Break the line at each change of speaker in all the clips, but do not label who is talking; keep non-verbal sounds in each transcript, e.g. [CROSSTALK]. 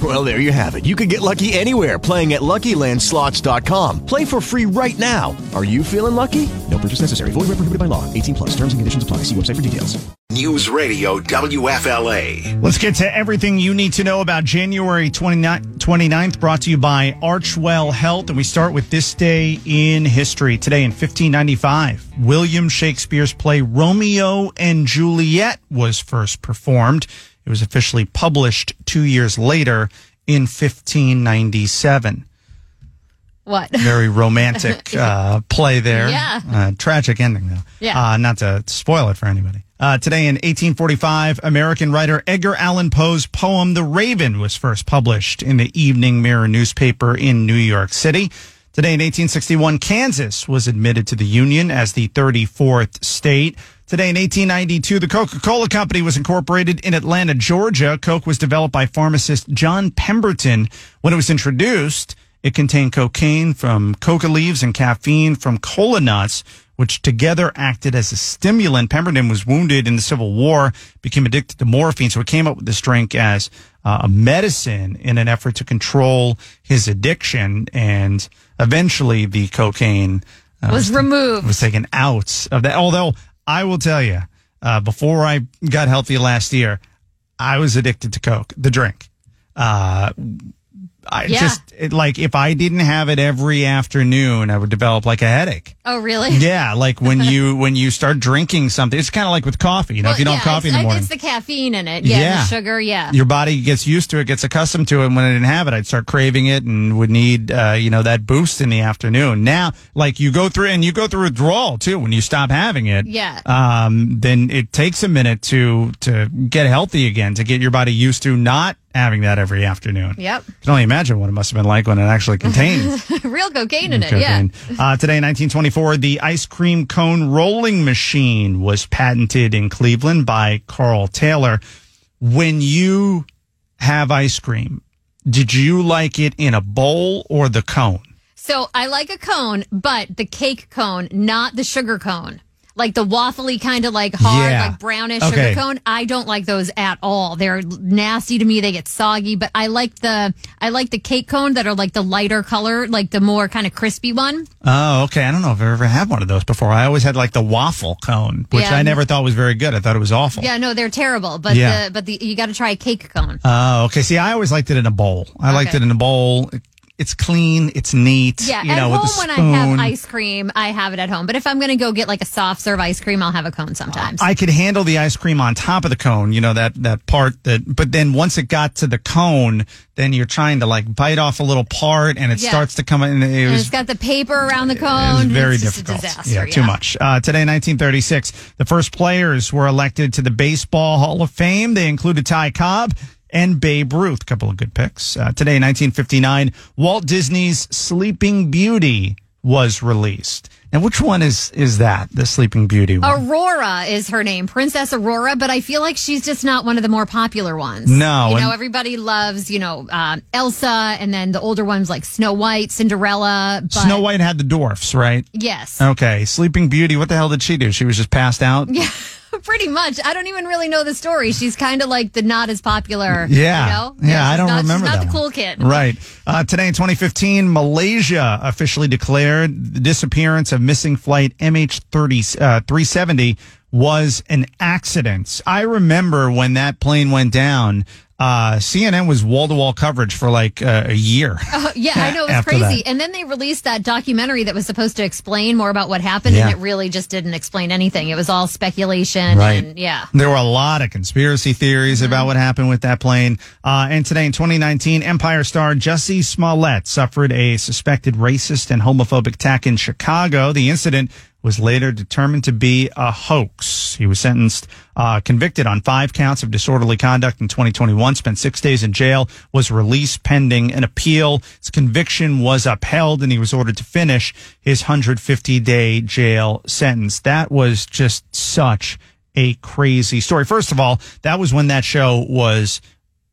Well, there you have it. You can get lucky anywhere playing at LuckyLandSlots.com. Play for free right now. Are you feeling lucky? No purchase necessary. Void where prohibited by law. 18 plus. Terms and conditions apply. See website for details.
News Radio WFLA.
Let's get to everything you need to know about January 29th, 29th, brought to you by Archwell Health. And we start with this day in history. Today in 1595, William Shakespeare's play Romeo and Juliet was first performed. It was officially published two years later in 1597.
What?
Very
[LAUGHS]
romantic uh, play there.
Yeah.
Uh, tragic ending, though.
Yeah.
Uh, not to spoil it for anybody. Uh, today in 1845, American writer Edgar Allan Poe's poem The Raven was first published in the Evening Mirror newspaper in New York City. Today in 1861, Kansas was admitted to the Union as the 34th state. Today in 1892, the Coca Cola Company was incorporated in Atlanta, Georgia. Coke was developed by pharmacist John Pemberton. When it was introduced, it contained cocaine from coca leaves and caffeine from cola nuts, which together acted as a stimulant. Pemberton was wounded in the Civil War, became addicted to morphine, so he came up with this drink as uh, a medicine in an effort to control his addiction. And eventually, the cocaine uh,
Was removed.
was taken out of that. Although I will tell you, uh, before I got healthy last year, I was addicted to Coke, the drink. Uh, I
Yeah.
just it, like if I didn't have it every afternoon, I would develop like a headache.
Oh, really?
Yeah, like
[LAUGHS]
when you when you start drinking something, it's kind of like with coffee. You know, if you don't have
yeah,
coffee in
it's-
the morning,
It's the caffeine in it. Yeah.
Yeah.
The sugar. Yeah.
your body gets used to it, gets accustomed to it. And when I didn't have it, I'd start craving it and would need, uh, you know, that boost in the afternoon. Now, like you go through and you go through withdrawal too when you stop having it.
Yeah.
Um, then it takes a minute to, to get healthy again, to get your body used to not having that every afternoon.
Yep. [LAUGHS]
can only imagine what it must have been like when it actually contains
Real cocaine in it.
cocaine. Uh, today, in 1924, the ice cream cone rolling machine was patented in Cleveland by Carl Taylor. When you have ice cream, did you like it in a bowl or the cone?
So I like a cone, but the cake cone, not the sugar cone. Like the waffly kind of like hard,
Yeah.
like brownish
Okay.
sugar cone. I don't like those at all. They're nasty to me. They get soggy, but I like the, I like the cake cone that are like the lighter color, like the more kind of crispy one.
Oh, okay. I don't know if I've ever had one of those before. I always had like the waffle cone, which
Yeah.
I never thought was very good. I thought it was awful.
Yeah, no, they're terrible, but
Yeah.
the, but the, you got to try a cake cone.
Oh, okay. See, I always liked it in a bowl. I liked
Okay.
it in a bowl. It- It's clean. It's neat.
yeah,
you
at
know,
home
with a
when I
spoon.
have ice cream, I have it at home. But if I'm going to go get like a soft serve ice cream, I'll have a cone sometimes.
I could handle the ice cream on top of the cone, you know, that, that part that, but then once it got to the cone, then you're trying to like bite off a little part and it
Yeah.
starts to come in. It
and
was
it's got the paper around the
it was
cone.
very
it's just
difficult.
A disaster,
yeah, too much. Uh, today, in 1936, the first players were elected to the Baseball Hall of Fame. They included Ty Cobb and Babe Ruth. Couple of good picks. Uh, today, in 1959, Walt Disney's Sleeping Beauty was released. Now, which one is is that? The Sleeping Beauty one?
Aurora is her name, Princess Aurora, but I feel like she's just not one of the more popular ones.
No,
You know,
and-
everybody loves, you know, um, Elsa, and then the older ones like Snow White, Cinderella. But
Snow White Oh. had the dwarfs, right?
Yes.
Okay, Sleeping Beauty. What the hell did she do? She was just passed out. Yeah,
[LAUGHS] Pretty much. I don't even really know the story. She's kind of like the not as popular.
[LAUGHS] yeah,
You know?
I
she's
don't
not,
remember
She's
that
not the
one.
cool kid.
Right. Uh, today in 2015, Malaysia officially declared the disappearance of missing flight MH30 uh, 370 was an accident. I remember when that plane went down. Uh, CNN was wall to wall coverage for like uh, a year.
Yeah, I know. It was
After
crazy.
that.
And then they released that documentary that was supposed to explain more about what happened,
Yeah.
and it really just didn't explain anything. It was all speculation. And yeah. Mm-hmm.
There were a lot of conspiracy theories about what happened with that plane. Uh, and today in 2019, Empire star Jussie Smollett suffered a suspected racist and homophobic attack in Chicago. The incident was later determined to be a hoax. He was sentenced, uh, convicted on five counts of disorderly conduct in 2021, spent six days in jail, was released pending an appeal. His conviction was upheld and he was ordered to finish his 150 day jail sentence. That was just such a crazy story. First of all, that was when that show was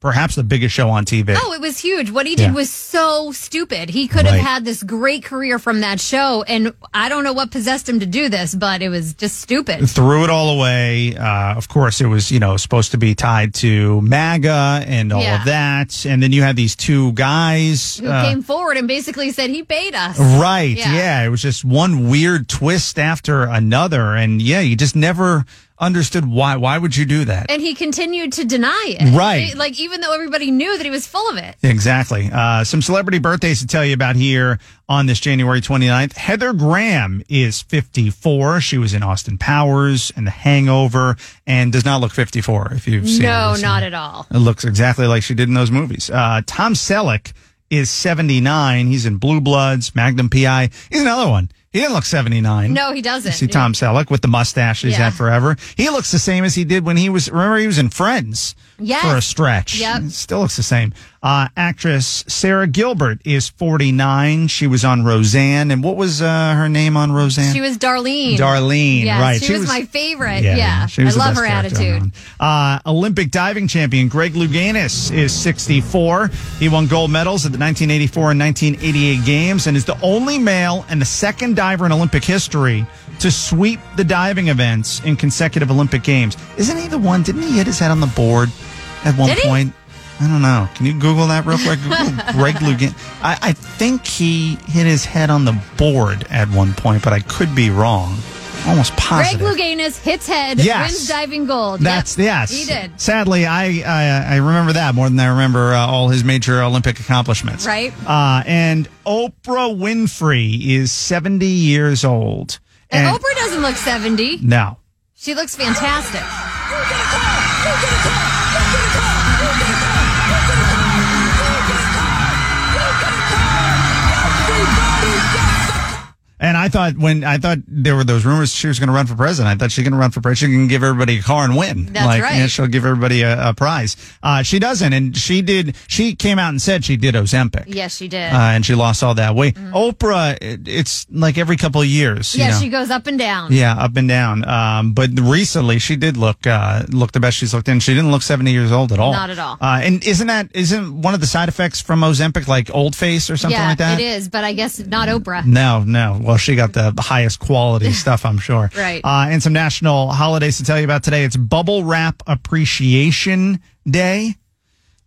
perhaps the biggest show on TV.
Oh, it was huge. What he did
Yeah.
was so stupid. He could have
Right.
had this great career from that show, and I don't know what possessed him to do this, but it was just stupid.
threw it all away. Uh, of course, it was you know supposed to be tied to MAGA and all
Yeah.
of that, and then you had these two guys.
Who
uh,
came forward and basically said he paid us.
Right. Yeah.
Yeah.
It was just one weird twist after another. And yeah, you just never understood why. Why would you do that?
And he continued to deny it.
Right.
They- Like, even though everybody knew that he was full of it.
Exactly. Uh, some celebrity birthdays to tell you about here on this January 29th. Heather Graham is 54. She was in Austin Powers and The Hangover and does not look 54 if you've seen her
No,
recently.
not at all.
It looks exactly like she did in those movies. Uh, Tom Selleck is 79. He's in Blue Bloods, Magnum PI. He's another one. He didn't look 79.
No, he doesn't.
You see Tom Selleck with the mustache he's
Yeah.
had forever. He looks the same as he did when he was, remember, he was in Friends
Yes.
for a stretch.
Yep.
It Still looks the same. Uh, actress Sarah Gilbert is 49. She was on Roseanne. And what was uh, her name on Roseanne?
She was Darlene.
Darlene,
Yes,
right.
She, was, my favorite. Yeah.
she was
I
the
love
best
her
character
attitude.
on that one. Uh, Olympic diving champion Greg Louganis is 64. He won gold medals at the 1984 and 1988 games and is the only male and the second diver in Olympic history to sweep the diving events in consecutive Olympic games. Isn't he the one? Didn't he hit his head on the board at one
Did he?
point? I don't know. Can you Google that real quick?
[LAUGHS]
Google Greg Louganis. I, I think he hit his head on the board at one point, but I could be wrong. Almost
Greg
positive.
Louganis hits head,
Yes.
wins diving gold.
That's
Yep,
yes.
He did.
Sadly, I I, I remember that more than I remember uh, all his major Olympic accomplishments.
Right.
Uh, and Oprah Winfrey is seventy years old.
And Oprah doesn't look 70.
No.
She looks fantastic.
And I thought when I thought there were those rumors she was going to run for president, I thought she's going to run for president. She can give everybody a car and win.
That's
like,
right.
yeah, she'll give everybody a, a prize. Uh, she doesn't, and she did. She came out and said she did Ozempic.
Yes, she did.
Uh, and she lost all that weight. Oprah, it, it's like every couple of years. you
Mm-hmm. yeah,
know?
she goes up and down.
Yeah, up and down. Um, but recently, she did look uh, look the best she's looked in. She didn't look seventy years old at all.
Not at all.
Uh, and isn't that isn't one of the side effects from Ozempic like old face or something
yeah,
like that? Mm,
it is, but I guess not Oprah.
No, no. Well, she got the highest
[LAUGHS]
quality stuff, I'm sure.
Right.
Uh, and some national holidays to tell you about today. It's Bubble Wrap Appreciation Day.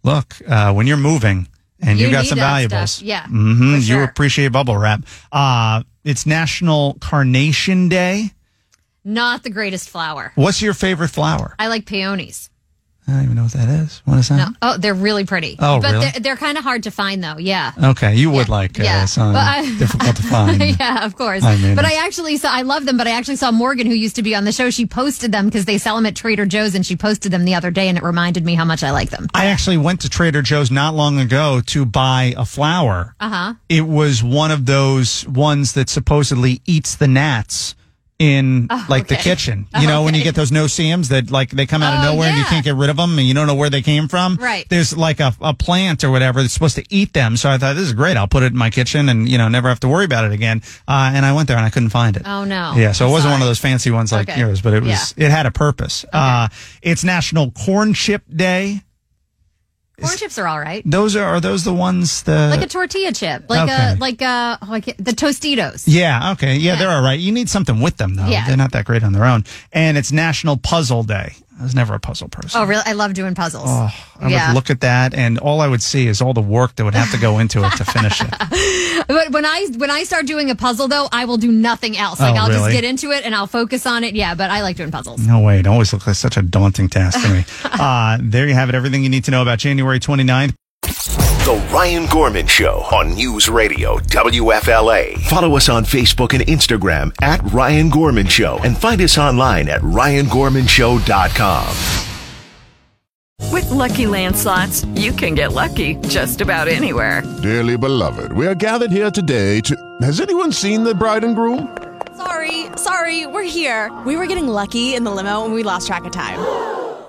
Look, uh, when you're moving and you,
You
got
need
some
that
valuables,
stuff. Yeah,
hmm
for
you
sure.
appreciate bubble wrap. Uh, it's National Carnation Day.
Not the greatest flower.
What's your favorite flower?
I like peonies.
I don't even know what that is. What is
No.
that?
Oh, they're really pretty.
Oh,
but
really?
they're, they're kind of hard to find, though. Yeah.
Okay, you would like uh,
yeah.
something
But [LAUGHS] I-
difficult to find.
Yeah, of course.
I mean,
but
it's-
I actually saw, I love them, but I actually saw Morgan, who used to be on the show, she posted them because they sell them at Trader Joe's and she posted them the other day and it reminded me how much I like them.
I actually went to Trader Joe's not long ago to buy a flower. Uh
Uh-huh.
huh. It was one of those ones that supposedly eats the gnats in
Oh,
like the kitchen. You know, when you get those no seams that like they come out of
Oh,
nowhere and you
yeah.
can't get rid of them and you don't know where they came from.
Right.
There's like a, a plant or whatever that's supposed to eat them. So I thought this is great. I'll put it in my kitchen and you know never have to worry about it again. Uh, and I went there and I couldn't find it.
Oh, no.
Yeah. So it
I'm
wasn't one of
sorry.
those fancy ones like
Okay.
yours, but it was
Yeah.
it had a purpose. Uh, it's National Corn Chip Day.
Corn chips are all right.
Those are are those the ones the
Like a tortilla chip, like
Okay.
a like a oh, I can't- the Tostitos.
yeah okay yeah, they're all right. You need something with them though.
Yeah.
They're not that great on their own. And it's National Puzzle Day. I was never a puzzle person.
Oh, really? I love doing puzzles.
Oh, I would
yeah.
look at that and all I would see is all the work that would have to go into it to finish
[LAUGHS]
it.
[LAUGHS] But when I when I start doing a puzzle though, I will do nothing else. Like
Oh,
I'll
really?
just get into it and I'll focus on it. Yeah, but I like doing puzzles.
No way. It always looks like such a daunting task to me. uh, there you have it. Everything you need to know about January 29th.
The Ryan Gorman Show on News Radio WFLA. Follow us on Facebook and Instagram at Ryan Gorman Show and find us online at ryangormanshow.com.
With Lucky Land slots, you can get lucky just about anywhere.
Dearly beloved, we are gathered here today to. Has anyone seen the bride and groom?
Sorry, sorry, we're here. We were getting lucky in the limo and we lost track of time.